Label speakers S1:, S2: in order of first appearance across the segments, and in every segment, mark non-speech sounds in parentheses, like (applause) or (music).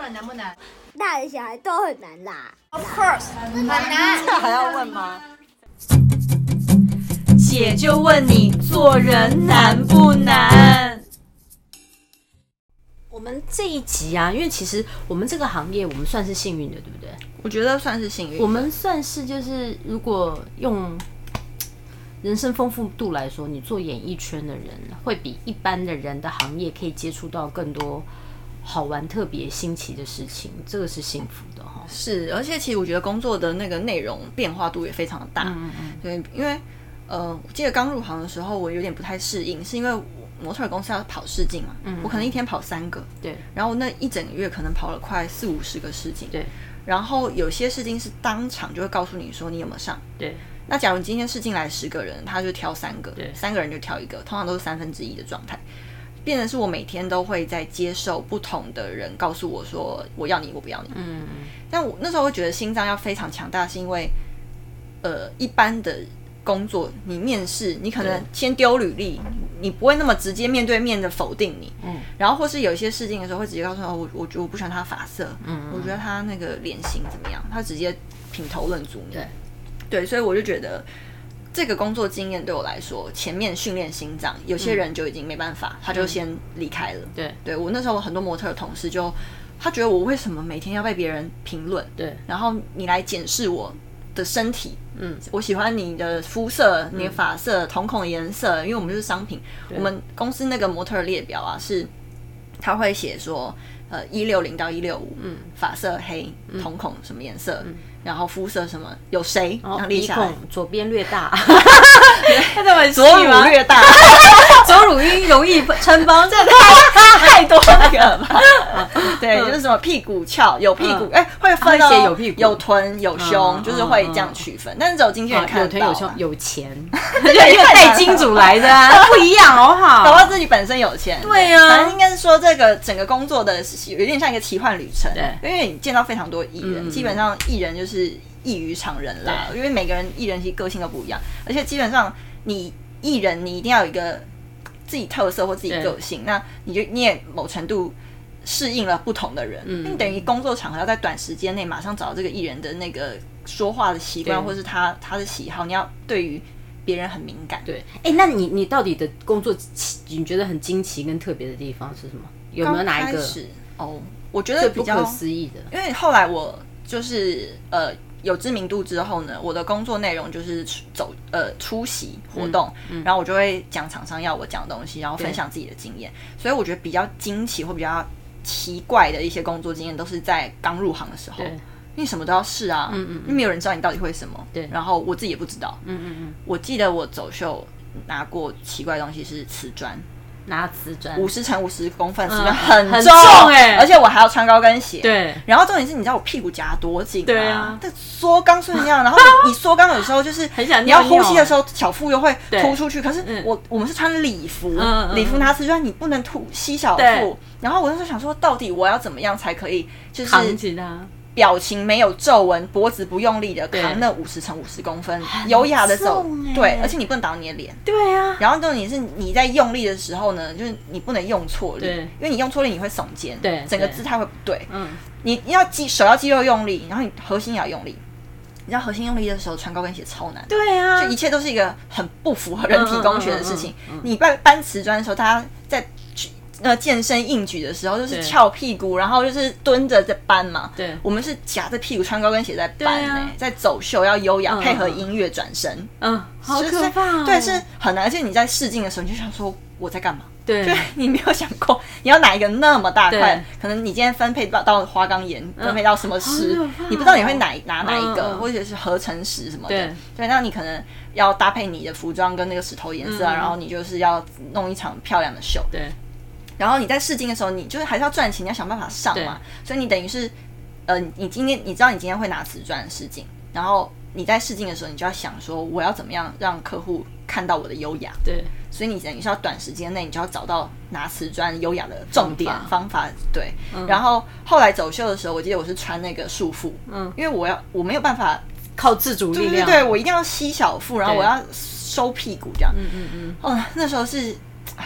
S1: 了，难不难
S2: 大人小孩都很难啦。
S1: ？Of course，很难。
S3: 这还要问吗？
S4: 姐就问你做人难不难？我们这一集啊，因为其实我们这个行业，我们算是幸运的，对不对？
S3: 我觉得算是幸运。
S4: 我们算是就是，如果用人生丰富度来说，你做演艺圈的人，会比一般的人的行业可以接触到更多好玩、特别、新奇的事情，这个是幸福的哈。
S3: 是，而且其实我觉得工作的那个内容变化度也非常大。
S4: 嗯嗯，
S3: 对，因为呃，我记得刚入行的时候，我有点不太适应，是因为我模特儿公司要跑试镜嘛，我可能一天跑三个，
S4: 嗯对
S3: 然后那一整个月可能跑了快四五十个试镜，
S4: 对
S3: 然后有些试镜是当场就会告诉你说你有没有上。
S4: 对
S3: 那假如你今天试镜来十个人，他就挑三个
S4: 对，
S3: 三个人就挑一个，通常都是三分之一的状态。变成是我每天都会在接受不同的人告诉我说我要你，我不要你。
S4: 嗯
S3: 但我那时候会觉得心脏要非常强大，是因为，呃，一般的工作你面试，你可能
S4: 对
S3: 先丢履历，你不会那么直接面对面的否定你，
S4: 嗯
S3: 然后或是有一些试镜的时候会直接告诉他，哦我我觉得我不喜欢他发色，
S4: 嗯
S3: 我觉得他那个脸型怎么样，他直接品头论足你。
S4: 对
S3: 对，所以我就觉得这个工作经验对我来说，前面训练心脏，有些人就已经没办法，他就先离开了。
S4: 嗯对
S3: 对我那时候我很多模特儿同事就，他觉得我为什么每天要被别人评论，
S4: 对，
S3: 然后你来检视我的身体，
S4: 嗯
S3: 我喜欢你的肤色、你的发色、瞳孔颜色，因为我们就是商品。我们公司那个模特儿列表啊，是他会写说，呃，一六零到一六五，嗯，发色黑，瞳孔什么颜色，然后肤色什么，有谁，然后列
S4: 嗯哦鼻
S3: 下来
S4: 孔， (laughs) 左边略大，看得很细
S3: 左乳略
S4: (laughs)
S3: 大，
S4: 左乳晕容易撑 (laughs) 崩，这
S3: 太多那个了吧？对，就是什么屁股翘，有屁股，哎，会分
S4: 嗯他会写
S3: 哦
S4: 有屁股
S3: 有臀、有胸，
S4: 嗯
S3: 就是会这样区分，但是只有经纪人看
S4: 有
S3: 得
S4: 腿
S3: 到
S4: 有
S3: 啊
S4: 胸，有钱，
S3: (laughs)
S4: 对，因为
S3: 太
S4: 带
S3: 难
S4: 金主来
S3: (laughs)
S4: 的啊，不一样好不
S3: 搞
S4: 好？
S3: 到自己本身有钱。
S4: 对啊
S3: 反正应该是说这个整个工作的有点像一个奇幻旅程。因
S4: 对
S3: 为你见到非常多艺人，
S4: 嗯
S3: 基本上艺人就是异于常人啦，因为每个人艺人其实个性都不一样，而且基本上你艺人你一定要有一个自己特色或自己
S4: 对
S3: 个性，那你就你也某程度。适应了不同的人，
S4: 嗯
S3: 那你等于工作场合要在短时间内马上找到这个艺人的那个说话的习惯，
S4: 对
S3: 或是他他的喜好，你要对于别人很敏感。
S4: 对，哎，那你你到底的工作奇你觉得很惊奇跟特别的地方是什么？有没有哪一个
S3: 刚开始哦？我觉得
S4: 最
S3: 比
S4: 不
S3: 较
S4: 可，思议的？
S3: 因为后来我就是呃有知名度之后呢，我的工作内容就是出走呃出席活动，
S4: 嗯
S3: 然后我就会讲厂商要我讲的东西，然后分享自己的经验。所以我觉得比较惊奇或比较奇怪的一些工作经验，都是在刚入行的时候。
S4: 对
S3: 因为什么都要试啊，嗯嗯，因为没有人知道你到底会什么，
S4: 对
S3: 然后我自己也不知道，
S4: 嗯嗯嗯，
S3: 我记得我走秀拿过奇怪的东西是瓷砖，
S4: 拿瓷砖，
S3: 五十乘五十公分，是不是
S4: 嗯
S3: 很
S4: 很
S3: 重？
S4: 重欸
S3: 而且我还要穿高跟鞋。。
S4: 对，
S3: 然后重点是，你知道我屁股夹多紧吗？
S4: 对啊
S3: 但缩肛是那样，然后你你缩肛有时候就是
S4: (laughs) 很想
S3: 你要
S4: 尿尿
S3: 呼吸的时候，小腹又会
S4: 对
S3: 凸出去。可是
S4: 嗯
S3: 我我们是穿礼服
S4: 嗯，嗯
S3: 礼服拿出去，你不能凸吸小
S4: 对
S3: 腹。然后我那时候想说，到底我要怎么样才可以，就是
S4: 扛起
S3: 啊
S4: 它，
S3: 表情没有皱纹，脖子不用力的
S4: 对
S3: 扛那五十乘五十公分，优雅的走
S4: 重欸。
S3: 对，而且你不能挡你的脸。
S4: 对啊，
S3: 然后重点是你在用力的时候呢，就是你不能用错力，
S4: 对
S3: 因为你用错力你会耸肩，
S4: 对
S3: 整个
S4: 对
S3: 姿态会不对。
S4: 嗯，
S3: 你要肌手要肌肉用力，然后你核心也要用力。你知道核心用力的时候穿高跟鞋超难，
S4: 对啊嗯
S3: 就一切都是一个很不符合人体工学的事情。你搬搬瓷砖的时候，大家在去呃健身硬举的时候，就是
S4: 对
S3: 翘屁股，然后就是蹲着在搬嘛。
S4: 对
S3: 我们是夹着屁股穿高跟鞋在搬、欸，
S4: 对啊
S3: 在走秀要优雅，
S4: 嗯
S3: 配合
S4: 嗯
S3: 音乐转身。
S4: 嗯，好
S3: 就是
S4: 可怕哦，
S3: 对，是很难。而且你在试镜的时候，你就想说我在干嘛？对
S4: 对，
S3: (laughs) 你没有想过你要拿一个那么大块
S4: 对，嗯
S3: 可能你今天分配到到花岗岩，分配到什么石
S4: 好可怕哦，
S3: 你不知道你会哪拿哪一
S4: 嗯
S3: 个，
S4: 嗯嗯
S3: 或者是合成石什么的
S4: 对。
S3: 对，那你可能要搭配你的服装跟那个石头颜色啊，
S4: 嗯
S3: 然后你就是要弄一场漂亮的秀。
S4: 对，
S3: 然后你在试镜的时候，你就是还是要赚钱，你要想办法上嘛。所以你等于是，呃，你今天你知道你今天会拿瓷砖试镜，然后你在试镜的时候，你就要想说我要怎么样让客户看到我的优雅。
S4: 对，
S3: 所以你等于是要短时间内，你就要找到拿瓷砖优雅的重点
S4: 方法
S3: 方法，对。然后后来走秀的时候，我记得我是穿那个束缚，
S4: 嗯，
S3: 因为我要我没有办法，
S4: 靠自主
S3: 对
S4: 力
S3: 对
S4: 量，
S3: 对，我一定要吸小腹，然后
S4: 对
S3: 我要收屁股这样。
S4: 嗯嗯嗯，
S3: 哦，那时候是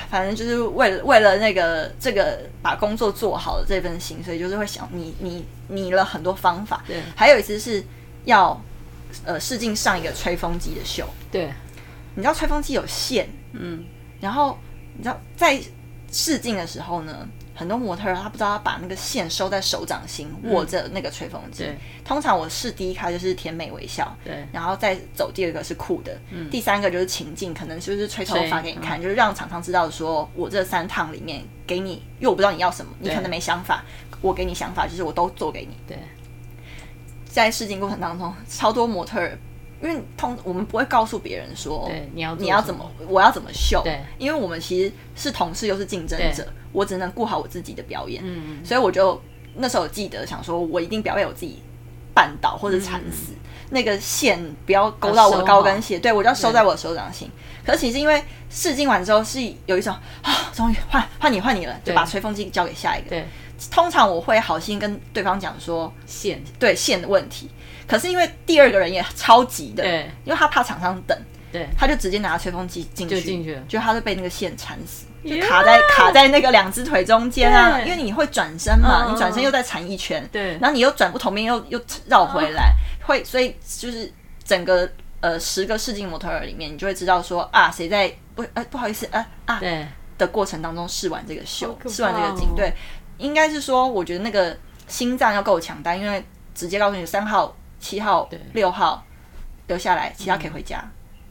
S3: 反正就是为了为了那个这个把工作做好的这份心，所以就是会想你你你了很多方法。
S4: 对
S3: 还有一次是要呃试镜上一个吹风机的秀，
S4: 对，
S3: 你知道吹风机有线，
S4: 嗯，
S3: 然后你知道在试镜的时候呢，很多模特儿他不知道要把那个线收在手掌心，握着那个吹风机。
S4: 嗯对
S3: 通常我试第一咖就是甜美微笑，
S4: 对
S3: 然后再走第二个是酷的，
S4: 嗯
S3: 第三个就是情境，可能就是吹头发给你看，
S4: 吹
S3: 就是让厂商知道说我这三趟里面给你，因为我不知道你要什么，你
S4: 对
S3: 可能没想法，我给你想法，就是我都做给你。
S4: 对，
S3: 在试镜过程当中，超多模特儿，因为通我们不会告诉别人说，
S4: 对你要做
S3: 你要
S4: 什
S3: 怎
S4: 么
S3: 么，我要怎么秀，
S4: 对
S3: 因为我们其实是同事又是竞争者
S4: 对，
S3: 我只能顾好我自己的表演，
S4: 嗯，
S3: 所以我就那时候记得想说，我一定不要被我自己绊倒或者惨
S4: 嗯
S3: 死，那个线不要勾到我的高跟鞋，对我就要收在我的手掌心。可是其实因为试镜完之后是有一种啊，终于换换你换你了，就
S4: 对
S3: 把吹风机交给下一个。
S4: 对，
S3: 通常我会好心跟对方讲说，
S4: 线，
S3: 对线的问题。可是因为第二个人也超急的，
S4: 对
S3: 因为他怕厂商等，
S4: 对，
S3: 他就直接拿吹风机进去，
S4: 就进去了
S3: 就他就被那个线缠死，就卡在卡在那个两只腿中间啊，
S4: 对
S3: 因为你会转身嘛，
S4: 嗯
S3: 你转身又再缠一圈，
S4: 对嗯
S3: 然后你又转不同边又又绕回来，会所以就是整个呃十个试镜模特儿里面，你就会知道说啊谁在不呃不好意思啊啊
S4: 对，
S3: 的过程当中试完这个秀
S4: 好，可怕哦
S3: 试完这个景，对，应该是说，我觉得那个心脏要够强大，因为直接告诉你三号、七号
S4: 对、
S3: 六号留下来，其他可以回家。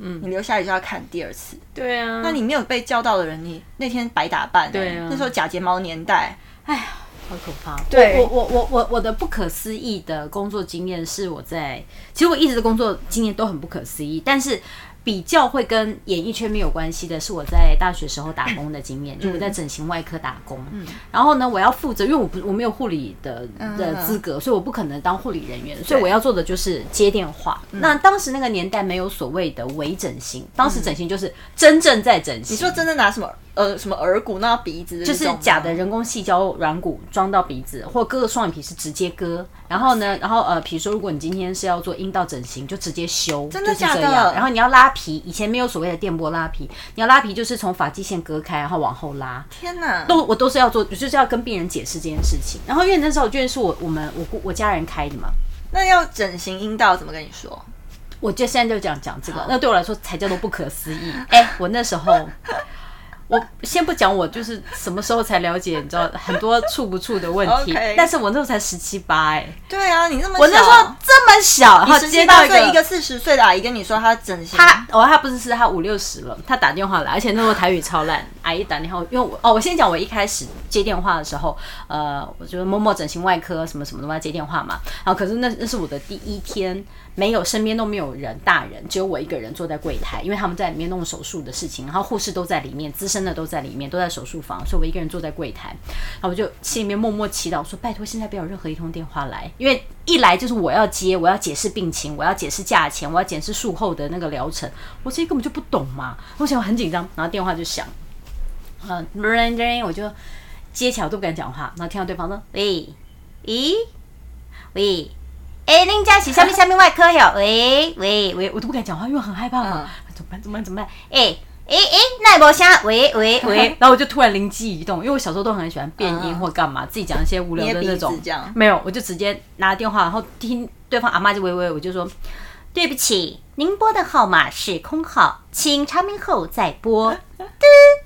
S4: 嗯
S3: 你留下来就要看第二次。
S4: 对啊，
S3: 那你没有被叫到的人，你那天白打扮、欸。
S4: 对啊
S3: 那时候假睫毛年代，
S4: 好可怕。
S3: 对
S4: 我我我我我的不可思议的工作经验是我在，其实我一直的工作经验都很不可思议，但是。比较会跟演艺圈没有关系的是我在大学时候打工的经验，就我
S3: 嗯
S4: 在整形外科打工。然后呢，我要负责，因为我不我没有护理的
S3: 嗯
S4: 的资格，所以我不可能当护理人员，所以我要做的就是接电话。
S3: 嗯
S4: 那当时那个年代没有所谓的微整形，当时整形就是真正在整
S3: 嗯
S4: 形。
S3: 你说真的拿什么呃什么耳骨弄到鼻子，
S4: 就是假的。人工细胶软骨装到鼻子，或割个双眼皮是直接割。然后呢，然后呃，比如说如果你今天是要做阴道整形，就直接修，
S3: 真的
S4: 就是这
S3: 假的
S4: 样然后你要拉皮，以前没有所谓的电波拉皮，你要拉皮就是从发际线割开，然后往后拉。
S3: 天哪！
S4: 都我都是要做，就是要跟病人解释这件事情。然后因为那时候券是我我们我我家人开的嘛，
S3: 那要整形阴道怎么跟你说？
S4: 我就现在就讲讲这个，那对我来说才叫做不可
S3: (laughs)
S4: 思议。哎、我那时候，我先不讲我就是什么时候才了解，你知道很多处不处的问
S3: (laughs)
S4: 题
S3: OK
S4: 但是我那时候才十七八，哎，
S3: 对啊，你这么
S4: 我那时候这么小，然后
S3: 十
S4: 接
S3: 七
S4: 到
S3: 八
S4: 一
S3: 岁一
S4: 个
S3: 个。四十岁的阿姨跟你说她整形，
S4: 他哦，他不是是他五六十了，他打电话来，而且那时候台语超烂。阿姨打电话，因为我哦，我先讲我一开始接电话的时候，呃，我觉得某某整形外科什么什么的嘛接电话嘛，然后可是那那是我的第一天，没有身边都没有人，大人只有我一个人坐在柜台，因为他们在里面弄手术的事情，然后护士都在里面，资深的都在里面，都在手术房，所以我一个人坐在柜台，然后我就心里面默默祈祷说，拜托现在不要有任何一通电话来，因为一来就是我要接，我要解释病情，我要解释价钱，我要解释术后的那个疗程，我这些根本就不懂嘛，我想我很紧张，然后电话就响，嗯、呃，我就接起来我都不敢讲话，然后听到对方说，喂，咦，喂。哎、恁家是下面下面外科哟？喂喂喂，我都不敢讲话，因为我很害怕嘛。怎么办？怎么办？怎么办？哎哎哎，那也无啥？喂喂
S3: (laughs)
S4: 喂！然后我就突然灵机一动，因为我小时候都很喜欢变音或干嘛，自己讲一些无聊的那
S3: 嗯捏鼻
S4: 种
S3: 子这样。
S4: 没有，我就直接拿电话，然后听对方阿妈就喂喂，我就说对不起，您拨的号码是空号，请查明后再
S3: (laughs)
S4: 拨。嘟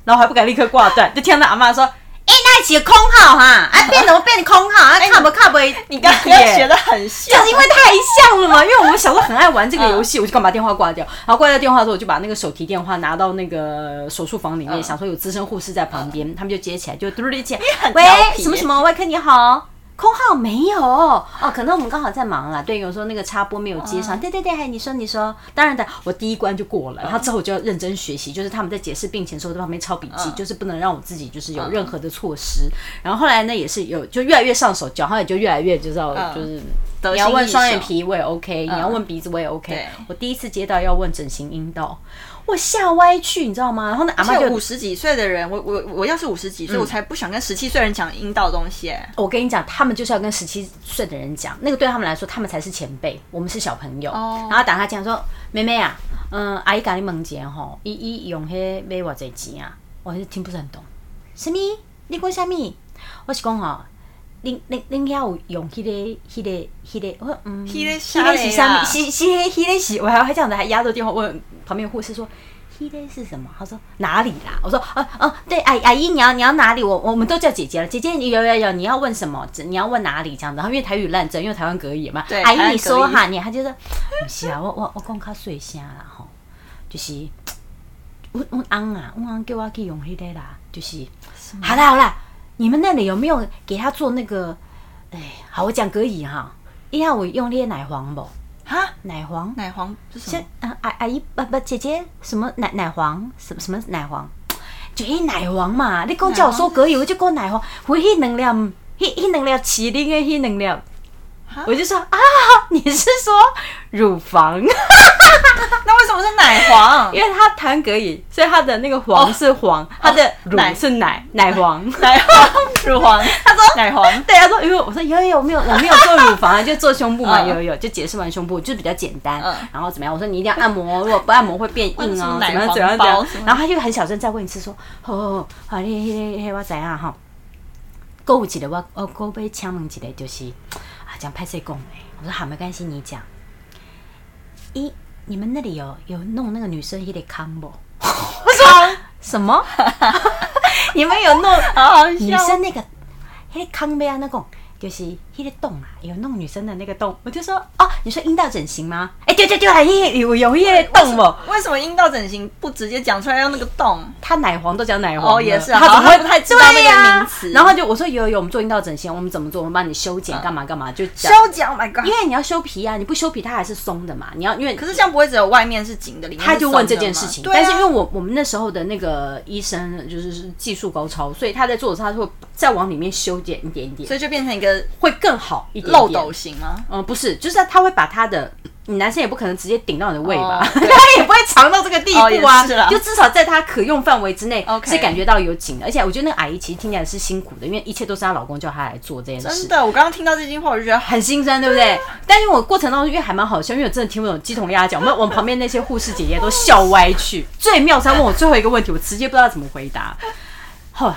S4: 然后还不敢立刻挂断，就听到阿妈说：“哎、那是空号哈，啊变怎么变空号？
S3: (laughs)
S4: 啊看不看不？
S3: 你刚刚学的 (laughs) 很像
S4: 就。是因为太像了嘛，因为我们小时候很爱玩这个游戏，我就刚把电话挂掉，然后挂掉电话之后，我就把那个手提电话拿到那个手术房里
S3: 嗯
S4: 面，想说有资深护士在旁边，他们就接起来，就嘟嘟嘟接，
S3: 很
S4: 喂
S3: 调皮，耶
S4: 什么什么外科你好。空号没有哦，可能我们刚好在忙啦。对，有时候那个插播没有接
S3: 哦
S4: 上。对对对，嘿，你说你说，当然的，我第一关就过
S3: 嗯
S4: 了，然后之后我就要认真学习，就是他们在解释病情的时候，在旁边抄笔
S3: 嗯
S4: 记，就是不能让我自己就是有任何的措施。然后后来呢，也是有就越来越上手，脚好像也就越来越就知道
S3: 嗯
S4: 就是
S3: 得
S4: 你
S3: 心
S4: 要问
S3: 应
S4: 双眼
S3: 手
S4: 皮我也 OK，、你要问鼻子我也
S3: 嗯
S4: OK
S3: 对。
S4: 我第一次接到要问整形阴道，我吓歪去，你知道吗？然后那阿妈
S3: 而且
S4: 就嗯
S3: 五十几岁的人，我我我要是五十几岁，我才不想跟十七岁人讲阴道的东西、欸。
S4: 我跟你讲，他们就是要跟十七岁的人讲，那个对他们来说，他们才是前辈，我们是小朋友。
S3: 哦
S4: 然后打他讲说：“妹妹啊，嗯，阿姨甲你问一下吼，伊伊用迄买偌济钱啊？我还是听不是很懂。什么？你讲什么？我是讲哦，恁恁恁遐有用迄、个、迄、个、迄、个，我说嗯，
S3: 迄个
S4: 迄
S3: 啥
S4: 个是啥
S3: 呀
S4: 物？是是迄迄个是，我还还这样子，还压着电话问旁边护士说。迄个是什么？他说哪里啦？我说哦哦，对，阿阿姨，你要你要哪里？我我们都叫姐姐了，姐姐你有有有，你要问什么？你要问哪里？这样子，然后因为台语烂真，因为台湾隔夜嘛。
S3: 对
S4: 阿
S3: 台
S4: 姨
S3: 湾
S4: 你
S3: 隔
S4: 说
S3: 夜
S4: 哈，你他就是，不是啊，我我我讲较细声啦吼，就是阮阮翁啊，阮翁叫我去用迄个啦，就是好啦好啦，你们那里有没有给他做那个？哎，好，我讲可以哈。伊下我用那个奶黄不？
S3: 哈，
S4: 奶黄？
S3: 奶黄是什
S4: 像
S3: 么？
S4: 啊阿阿姨不不姐姐什么奶奶黄什么什么奶黄？就迄奶黄嘛，你讲叫我说可以，我就讲奶黄。我迄两粒，迄迄两粒麒麟的迄两粒
S3: 哈，
S4: 我就说啊， (laughs) 你是说乳房？ (laughs)
S3: 那为什么是奶黄？ (laughs)
S4: 因为它弹可以，所以它的那个黄是黄，它的乳
S3: 哦奶
S4: 是
S3: (laughs)
S4: 奶奶黄。
S3: 奶黄，乳黄。 (laughs) 他说奶黄，
S4: 对，他说，因为我说有有有没有，我没有做乳房啊，就做胸部嘛，
S3: 嗯
S4: 有有有，就解释完胸部就是比较简单
S3: 嗯，
S4: 然后怎么样？我说你一定要按摩，如果不按摩会变硬
S3: 为什
S4: 哦
S3: 么，
S4: 怎么样
S3: 奶
S4: 怎么
S3: 黄
S4: 样
S3: 包
S4: 怎么
S3: 什
S4: 样。
S3: 么
S4: 然后他就很小声再问一次说，好好好，好，你你你我知影哈。购物一个我我购买请问一个就是啊，讲拍摄讲诶，我说好没关系，你讲。一你们那里有有弄那个女生一点康不？我说什么？你们有弄
S3: 好好
S4: 女
S3: 笑。
S4: 生那个，那个康贝啊，那个就是那个洞啊，有弄女生的那个洞，我就说哦，你说阴道整形吗？哎、对对对，啊，有有有那个洞哦，
S3: 为什么阴道整形不直接讲出来要那个洞？
S4: 他奶黄都讲奶黄了
S3: 哦也是啊
S4: 他怎么
S3: 好
S4: 会
S3: 像不太知道那个
S4: 对呀
S3: 名词
S4: 然后就我说有有有，我们做阴道整形，我们怎么做？我们帮你修剪，干嘛干嘛，就讲。
S3: 脚，My God！
S4: 因为你要修皮啊，你不修皮它还是松的嘛。你要因为
S3: 可是这样不会只有外面是紧的，里面是
S4: 他就问
S3: 松
S4: 这
S3: 的
S4: 件
S3: 吗
S4: 事情，
S3: 对啊
S4: 但是因为我我们那时候的那个医生就是是技术高超，所以他在做的时候他会再往里面修剪一点点
S3: 所，以就变成一个
S4: 会更好一点点
S3: 漏斗型吗？
S4: 嗯，不是，就是他会把他的，你男生也不可能直接顶到你的胃吧，
S3: 哦对
S4: (laughs) 他也不会长到这个地步啊，
S3: 哦也是啦
S4: 就至少在他可用范围之内
S3: OK
S4: 是感觉到有紧的，而且我觉得那个阿姨其实听起来是辛苦的，因为一切都是她老公叫她来做这件事
S3: 真。的，我刚刚听到这句话，我就觉得
S4: 很心酸，对不对？但因为我过程当中，因为还蛮好笑，因为我真的听不懂鸡同鸭讲，我们我们旁边那些护士姐姐都笑歪去。最妙是她问我最后一个问题，我直接不知道怎么回答。后来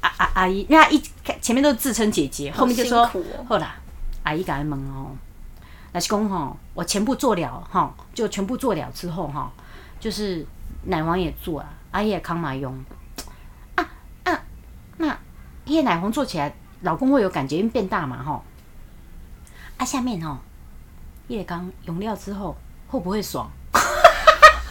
S4: 阿阿阿姨，因为她一前面都自称姐姐，后面就说
S3: 好辛苦哦
S4: 后来阿姨感恩蒙哦，那是公吼，我全部做了哈，就全部做了之后哈，就是奶王也做啊，阿姨也康马用啊啊，那因为奶黄做起来，老公会有感觉，因为变大嘛哈。啊，下面哦，叶刚用料之后会不会 (laughs) 爽？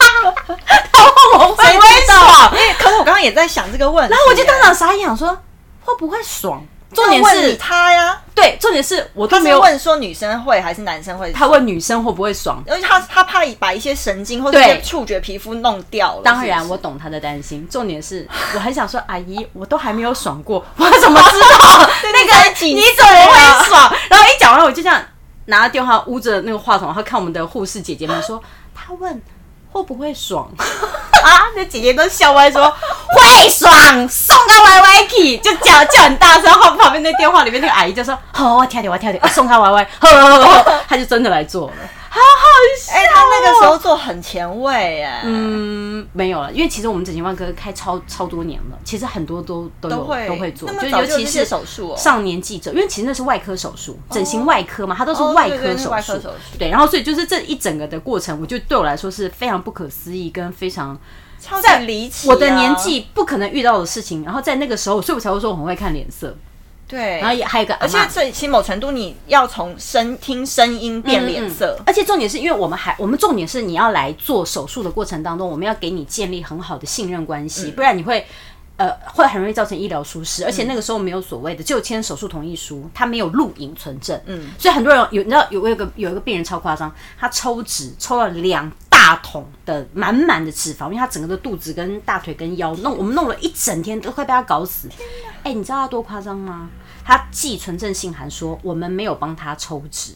S4: 他问我会
S3: 谁
S4: 不
S3: 知
S4: 会
S3: 道？
S4: 爽，
S3: 因为可是我刚刚也在想这个问题，
S4: 然后我就当场傻眼，想说会不会爽？重点
S3: 那问你
S4: 是，
S3: 他呀，
S4: 对，重点是我都
S3: 他
S4: 没
S3: 是
S4: 有
S3: 问说女生会还是男生会？
S4: 他问女生会不会爽。
S3: 因为他他怕把一些神经或者一
S4: 对
S3: 些触觉皮肤弄掉了。
S4: 当然，
S3: 是不
S4: 我
S3: 是
S4: 懂他的担心。重点 (laughs) 是，我很想说，阿姨，我都还没有爽过， (laughs) 我怎么知 (laughs) 道那
S3: 才
S4: 个
S3: 几
S4: 你
S3: 岁
S4: 怎么
S3: 啊
S4: 会爽？然后一讲完，我就这样拿着电话捂着那个话筒，然后看我们的护士姐姐们说，她问会不会爽啊？那姐姐都哦笑歪说会爽，送到 Y Y 去，就叫叫很大声。然后旁边那电话里面那个阿姨就说，好，我跳跳，我跳跳，送他 Y Y，呵呵呵呵，她就真的来做了，好好笑。哦
S3: 哎、他那个时候做很前卫哎、
S4: 嗯，没有了，因为其实我们整形外科开超超多年了，其实很多都都有
S3: 都会
S4: 会做，
S3: 那么
S4: 就
S3: 早
S4: 尤
S3: 就有
S4: 其
S3: 这些
S4: 是
S3: 手术哦
S4: 上年纪者，因为其实那是外科手术，整形外科嘛，它都是
S3: 哦
S4: 外
S3: 对对
S4: 科
S3: 是
S4: 手
S3: 外科
S4: 术
S3: 手术，
S4: 对，然后所以就是这一整个的过程，我就对我来说是非常不可思议跟非常
S3: 啊超级
S4: 在
S3: 离奇、啊
S4: 我的年，纪不可能遇到的事情，然后在那个时候，所以我才会说我很会看脸色，
S3: 对，
S4: 然后也还有一个阿
S3: 而且
S4: 嬷
S3: 所以其实某程度你要从声听声音变脸色，
S4: 而且重点是因为我们还，我们重点是你要来做手术的过程当中，我们要给你建立很好的信任关
S3: 嗯
S4: 系，不然你会。呃，会很容易造成医疗疏失，而且那个时候没有所谓的，只有签手术同意书，他没有录影存证，嗯，所以很多人有，你知道有我有个有一个病人超夸张，他抽脂抽了两大桶的满满的脂肪，因为他整个的肚子跟大腿跟腰弄，我们弄了一整天都快被他搞死，哎、你知道他多夸张吗？他寄存证信函说我们没有帮他抽脂，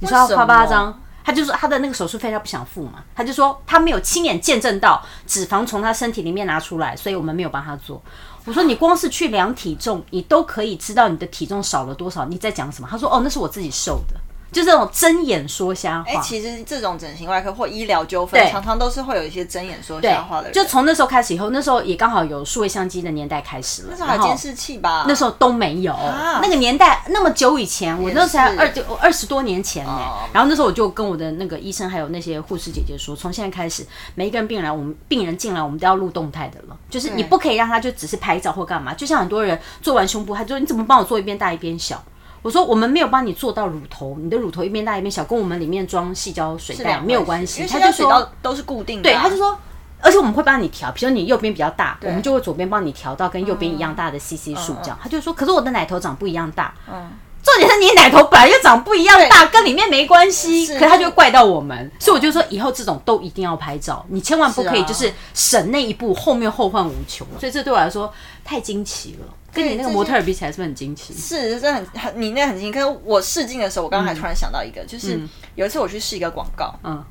S4: 你说他夸不夸
S3: 为什
S4: 张？他就说他的那个手术费他不想付嘛，他就说他没有亲眼见证到脂肪从他身体里面拿出来，所以我们没有帮他做。我说你光是去量体重，你都可以知道你的体重少了多少，你在讲什么？他说哦，那是我自己瘦的。就是那种睁眼说瞎
S3: 哎、
S4: 话。
S3: 其实这种整形外科或医疗纠纷，
S4: 对
S3: 常常都是会有一些睁眼说
S4: 对
S3: 瞎话的，人。
S4: 就从那时候开始以后，那时候也刚好有数位相机的年代开始了，
S3: 那时候还
S4: 然后
S3: 有监视器吧？
S4: 那时
S3: 候
S4: 候都没有。那个年代那么久以前，我那时候才
S3: 啊也是
S4: 二九二十多年前呢、欸
S3: 哦
S4: 然后那时候我就跟我的那个医生还有那些护士姐姐说，从现在开始，每一个人病人来，我们病人进来，我们都要录动态的了，就是你不可以让他就只是拍照或干嘛。就像很多人做完胸部，他就说你怎么帮我做一边大一边小。我说我们没有帮你做到乳头，你的乳头一边大一边小，跟我们里面装细胶水袋没有关系。
S3: 因为
S4: 他
S3: 现
S4: 就
S3: 在水
S4: 说
S3: 道都是固定的、啊
S4: 对，啊他就，说，而且我们会帮你调，比如说你右边比较大，我们就会左边帮你调到跟右边一样大的 CC 数，这样。他就说，可是我的奶头长不一样大。
S3: 嗯，
S4: 重点是你奶头本来就长不一样大，跟里面没关系，
S3: 是
S4: 可是他就会怪到我们，所以我就说以后这种都一定要拍照，你千万不可以
S3: 是啊
S4: 就是省那一步，后面后患无穷。所以这对我来说太惊奇了，跟你那个模特儿比起来是不是很惊奇？
S3: 是，这很很，你那很近。可是我试镜的时候，我刚刚还突然想到一个，就是有一次我去试一个广告，
S4: 嗯，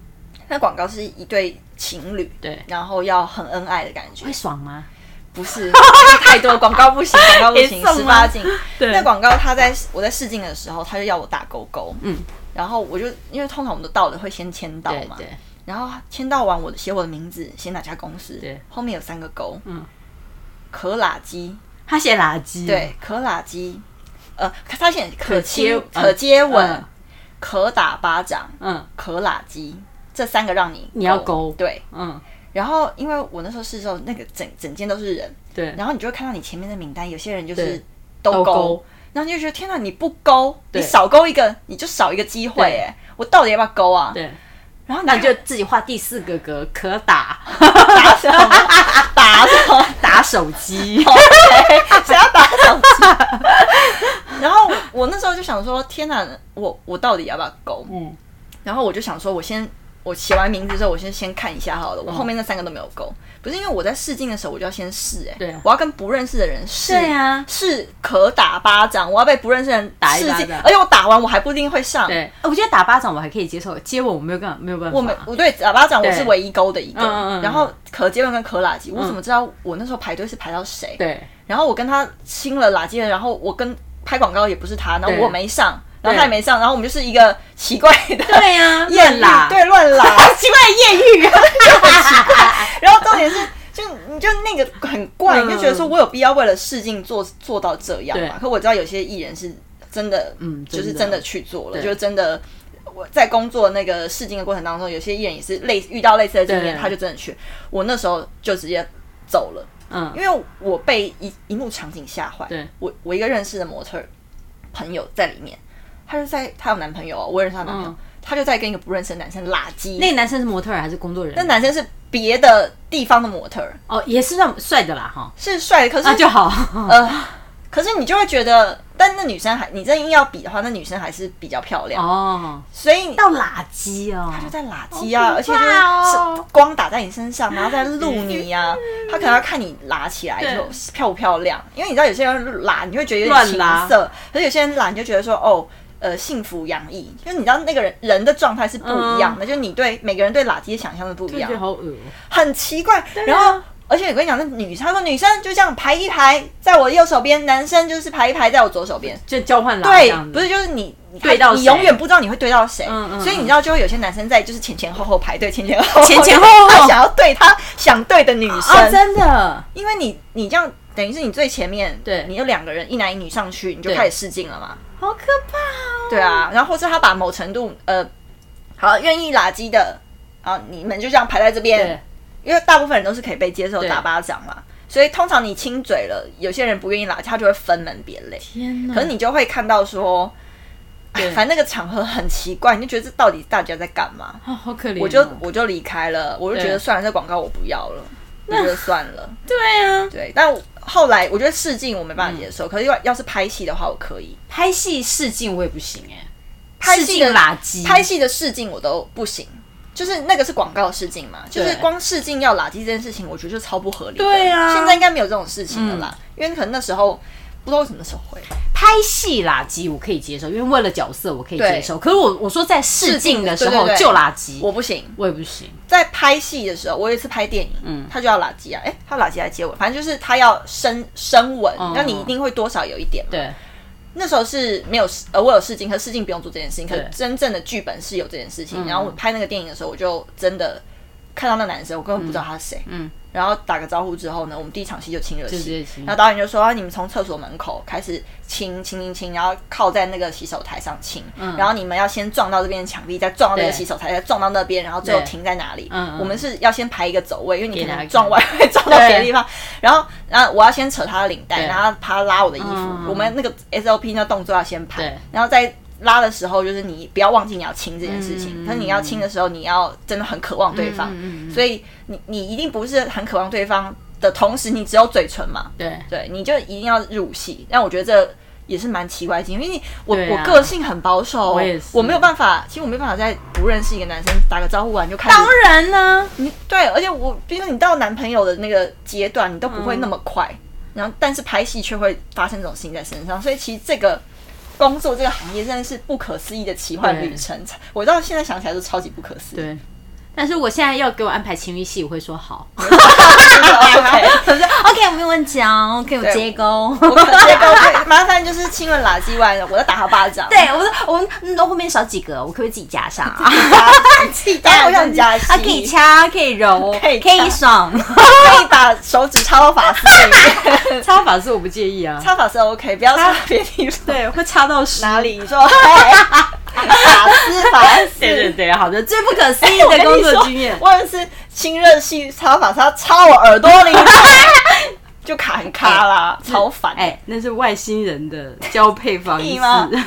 S3: 那广告是一对情侣，
S4: 对
S3: 然后要很恩爱的感觉
S4: 会，爽 (laughs) 吗？
S3: 不是太多广告不行，广告不
S4: (laughs) 也
S3: 行，
S4: 送
S3: 十
S4: 吗
S3: 八禁。
S4: 对
S3: 那广告他在我在试镜的时候，他就要我打勾勾，
S4: 嗯，
S3: 然后我就因为通常我们都到了会先签到
S4: 对
S3: 嘛，
S4: 对，
S3: 然后签到完我的写我的名字，写哪家公司，
S4: 对
S3: 后面有三个勾，
S4: 嗯，
S3: 可拉鸡，
S4: 他写垃圾，
S3: 对，，可拉鸡，呃，他写可
S4: 可接
S3: 亲
S4: 嗯
S3: 可接吻
S4: 嗯，
S3: 可打巴掌，
S4: 嗯
S3: 可拉鸡。这三个让你
S4: 你要勾
S3: 对，
S4: 嗯，
S3: 然后因为我那时候试的时候，那个整整间都是人，
S4: 对，
S3: 然后你就会看到你前面的名单，有些人就
S4: 嗯对
S3: 是都
S4: 都勾
S3: 勾，然后你就觉得天哪，你不勾，
S4: 对
S3: 你少勾一个，你就少一个机会
S4: 对
S3: 哎，我到底要不要勾啊？
S4: 对，
S3: 然后
S4: 那
S3: 你
S4: 你就自己画第四个格，可打。 (laughs)
S3: 打什么打什么？
S4: 打手机，
S3: 谁要打手机？然后我我那时候就想说，天哪，我我到底要不要勾？
S4: 嗯，
S3: 然后我就想说，我先我写完名字之后，我先先看一下好
S4: 嗯
S3: 了。我后面那三个都没有勾，不是因为我在试镜的时候我就要先试、哎，
S4: 对啊
S3: 我要跟不认识的人试，
S4: 对啊
S3: 是可打巴掌，我要被不认识的人
S4: 打一
S3: 试
S4: 巴
S3: 镜
S4: 掌
S3: 而且我打完我还不一定会上，
S4: 对，呃我觉得打巴掌我还可以接受，接吻我没有办法，没有办法。
S3: 我没我对打巴掌我
S4: 对
S3: 是唯一勾的一个，
S4: 嗯嗯嗯嗯嗯
S3: 然后可接吻跟可拉鸡，我怎么知道我那时候排队是排到谁？
S4: 对
S3: 然后我跟他亲了拉鸡了，然后我跟拍广告也不是他，然后
S4: 对
S3: 我没上，然
S4: 对
S3: 后他也没上，然后我们就是一个奇怪的
S4: 对呀，
S3: 艳
S4: 乱
S3: 遇
S4: 啦，
S3: (laughs) 对乱 (laughs) 拉，
S4: 奇怪的艳遇 (laughs) 啊，
S3: 然后重点是，就你就那个很怪，
S4: 嗯
S3: 你就觉得说我有必要为了试镜做做到这样嘛
S4: 对？
S3: 可我知道有些艺人是真的，
S4: 嗯真
S3: 就
S4: 的
S3: 是真的去做了，
S4: 对
S3: 就是真的。我在工作那个试镜的过程当中，有些艺人也是类遇到类似的经验，
S4: 对
S3: 他就真的去。我那时候就直接走了，
S4: 嗯，
S3: 因为我被一一幕场景吓坏。
S4: 对
S3: 我我一个认识的模特儿朋友在里面，她就在她有男朋友哦，我也认识她男朋友
S4: 嗯，
S3: 她、就在跟一个不认识的男生拉鸡。
S4: 那个男生是模特儿还是工作人
S3: 那
S4: 员？
S3: 男生是别的地方的模特儿，
S4: 哦，也是算帅的啦哈，
S3: 是帅的，可是、
S4: 啊那就 (laughs) 好。
S3: 呃，可是你就会觉得，但那女生还你真硬要比的话，那女生还是比较漂亮，
S4: 哦，
S3: 所以
S4: 到垃圾哦，
S3: 她就在拉鸡啊，而且就是
S4: 哦
S3: 是光打在你身上，然后再录你
S4: (laughs)
S3: 呀、啊，她可能要看你拉起来
S4: 对
S3: 就漂不漂亮，因为你知道有些人拉你会觉得有点
S4: 乱
S3: 情
S4: 拉
S3: 色，可是有些人拉你就觉得说哦。呃，幸福洋溢，就是你知道那个人人的状态是不一样的，就是你对每个人对垃圾的想象是不一
S4: 就觉
S3: 样
S4: 得
S3: 的。
S4: 嗯好啊恶哦。
S3: 很奇怪。然后，而且我跟你讲，那女生，她说女生就这样排一排，在我右手边，男生就是排一排在我左手边。
S4: 就交换啦，这
S3: 对
S4: 样，子
S3: 不是就是你你
S4: 对到
S3: 你
S4: 谁
S3: 永远不知道你会对到谁，
S4: 嗯嗯
S3: 所以你知道就会有些男生在就是前前后后排队，前前后后
S4: 前前后
S3: (laughs)
S4: 后
S3: 他想要对他想对的女生，
S4: 啊，真的，
S3: 因为你你这样等于是你最前面，
S4: 对
S3: 你有两个人一男一女上去，你就
S4: 对
S3: 开始试镜了嘛，
S4: 好可怕哦。
S3: 对啊，然后或是他把某程度呃，好愿意拉鸡的，啊，你们就这样排在这边
S4: 对，，
S3: 因为大部分人都是可以被接受
S4: 对
S3: 打巴掌嘛，所以通常你亲嘴了，有些人不愿意拉，他就会分门别类。
S4: 天哪！
S3: 可是你就会看到说，哎
S4: 对
S3: 反正那个场合很奇怪，你就觉得这到底大家在干嘛？
S4: 啊，好可怜哦。
S3: 我就我就离开了，我就觉
S4: 对
S3: 得算了，这广告我不要了，我觉得算了。
S4: 对啊，
S3: 对，但我后来我觉得试镜我没
S4: 嗯
S3: 办法接受，可是要要是拍戏的话，我可以。
S4: 拍戏试镜我也不行哎，
S3: 拍
S4: 试
S3: 戏
S4: 镜
S3: 的
S4: 垃圾，
S3: 拍戏的试镜我都不行，就是那个是广告试镜嘛，就是光试镜要垃圾这件事情，我觉得就超不合理的。
S4: 对啊嗯
S3: 现在应该没有这种事情了啦，因为可能那时候不知道为什么那时候会。
S4: 拍戏垃圾我可以接受，因为为了角色我可以接受。可是我我说在试镜的时
S3: 试镜
S4: 候
S3: 对对对
S4: 就垃圾，
S3: 我
S4: 我
S3: 不行，
S4: 我也不行。
S3: 在拍戏的时候，我有一次拍电影，嗯，他就要垃圾啊，哎、他垃圾来接吻，反正就是他要深深吻，
S4: 嗯
S3: 那、你一定会多少有一点嘛。
S4: 对，
S3: 那时候是没有试呃，我有试镜，可是试镜不用做这件事情。可
S4: 对嗯
S3: 是真正的剧本是有这件事情。然后我拍那个电影的时候，我就真的看到那男生，我根本不知道他是谁。
S4: 嗯嗯
S3: 然后打个招呼之后呢，我们第一场戏就亲热
S4: 就直接
S3: 戏
S4: 亲，
S3: 然后导演就说、啊你们从厕所门口开始亲亲亲亲，然后靠在那个洗手台上亲，然后你们要先撞到这边墙壁，再撞到那个
S4: 嗯对
S3: 洗手台，再撞到那边，然后最后
S4: 对
S3: 停在哪里？
S4: 嗯嗯
S3: 我们是要先排一个走位，因为你
S4: 给
S3: 可
S4: 他
S3: 能撞外会撞到别的地方。然后，然后我要先扯他的领带，
S4: 对
S3: 然后他拉我的衣服。
S4: 嗯
S3: 我们那个 SOP 那动作要先
S4: 对
S3: 排，然后在拉的时候，就是你不要忘记你要亲这件事情。
S4: 嗯
S3: 可是你要亲的时候，你要真的很渴望对方，
S4: 嗯嗯嗯
S3: 所以你你一定不是很渴望对方的同时，你只有嘴唇嘛，
S4: 对，
S3: 对，你就一定要入戏。但我觉得这也是蛮奇怪的经历，因为你我、
S4: 对啊
S3: 我个性很保守，
S4: 我也是
S3: 没有办法，其实我没有办法在不认识一个男生打个招呼完就开始。
S4: 当然呢，
S3: 你对，而且我，比如说你到男朋友的那个阶段，你都不会那么快，
S4: 嗯
S3: 然后但是拍戏却会发生这种事情在身上，所以其实这个工作这个行业真的是不可思议的奇幻旅程，我到现在想起来都超级不可思议。
S4: 对。但是我现在要给我安排情欲戏，我会说好。
S3: 啊
S4: (laughs)
S3: OK，
S2: OK，我没有问题啊。OK，我
S3: 哎
S4: 哦
S3: 对
S2: 接
S3: (laughs)
S2: 钩。
S3: 我可能这个 OK，麻烦就是亲吻垃圾完，我要打他巴掌。
S2: 对，我说我们嗯后面少几个，我可不可以自己加上
S4: (laughs)
S2: 啊？
S3: 对，当哎然我想加戏，
S2: 啊，可以掐，可以揉，
S3: (laughs) 可以
S2: 可以爽，
S3: 可以把手指插到发丝里面，
S4: (laughs) 插法是我不介意啊，
S3: 插发丝 OK，不要插别的地方。
S4: 对，会插到湿。
S3: 哪里？你说，哎 (laughs) 发丝发 (laughs) 丝。
S4: 对对对，好的，最不可思议的工作经验。
S3: 哎我有一次亲热系插法插插我耳朵里，
S4: (laughs)
S3: 就卡很卡啦，超烦。
S4: 哎、那是外星人的交配方
S3: 屁
S4: 式。
S3: 吗
S4: 你？
S3: 屁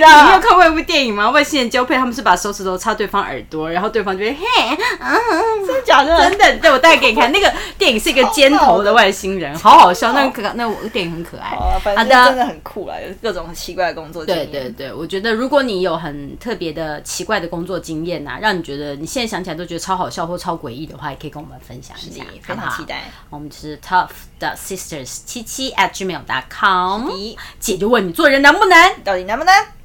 S4: 没有
S3: 啦！
S4: 看过一部电影吗？外星人交配，他们是把手指头插对方耳朵，然后对方就会嘿，
S3: (laughs) 真的假的
S4: 真？的，对我带给你看。那个电影是一个尖头的外星人，好好笑。那个可那个电影很可爱。
S3: 好啊反
S4: 好
S3: 正真的
S4: 的，
S3: 很酷啦，有各种很奇怪的工作经
S4: 对
S3: 验。
S4: 对对，我觉得如果你有很特别的、奇怪的工作经验呐、啊，让你觉得你现在想起来都觉得超好笑或超诡异的话，也可以跟我们分享一下，
S3: 非
S4: 好不
S3: 常
S4: 啊好
S3: 期。待。
S4: 我们是 tough 的 sisters 七七 at gmail dot com
S3: 咦，
S4: 姐就问你做人难不难？
S3: 到底难不难？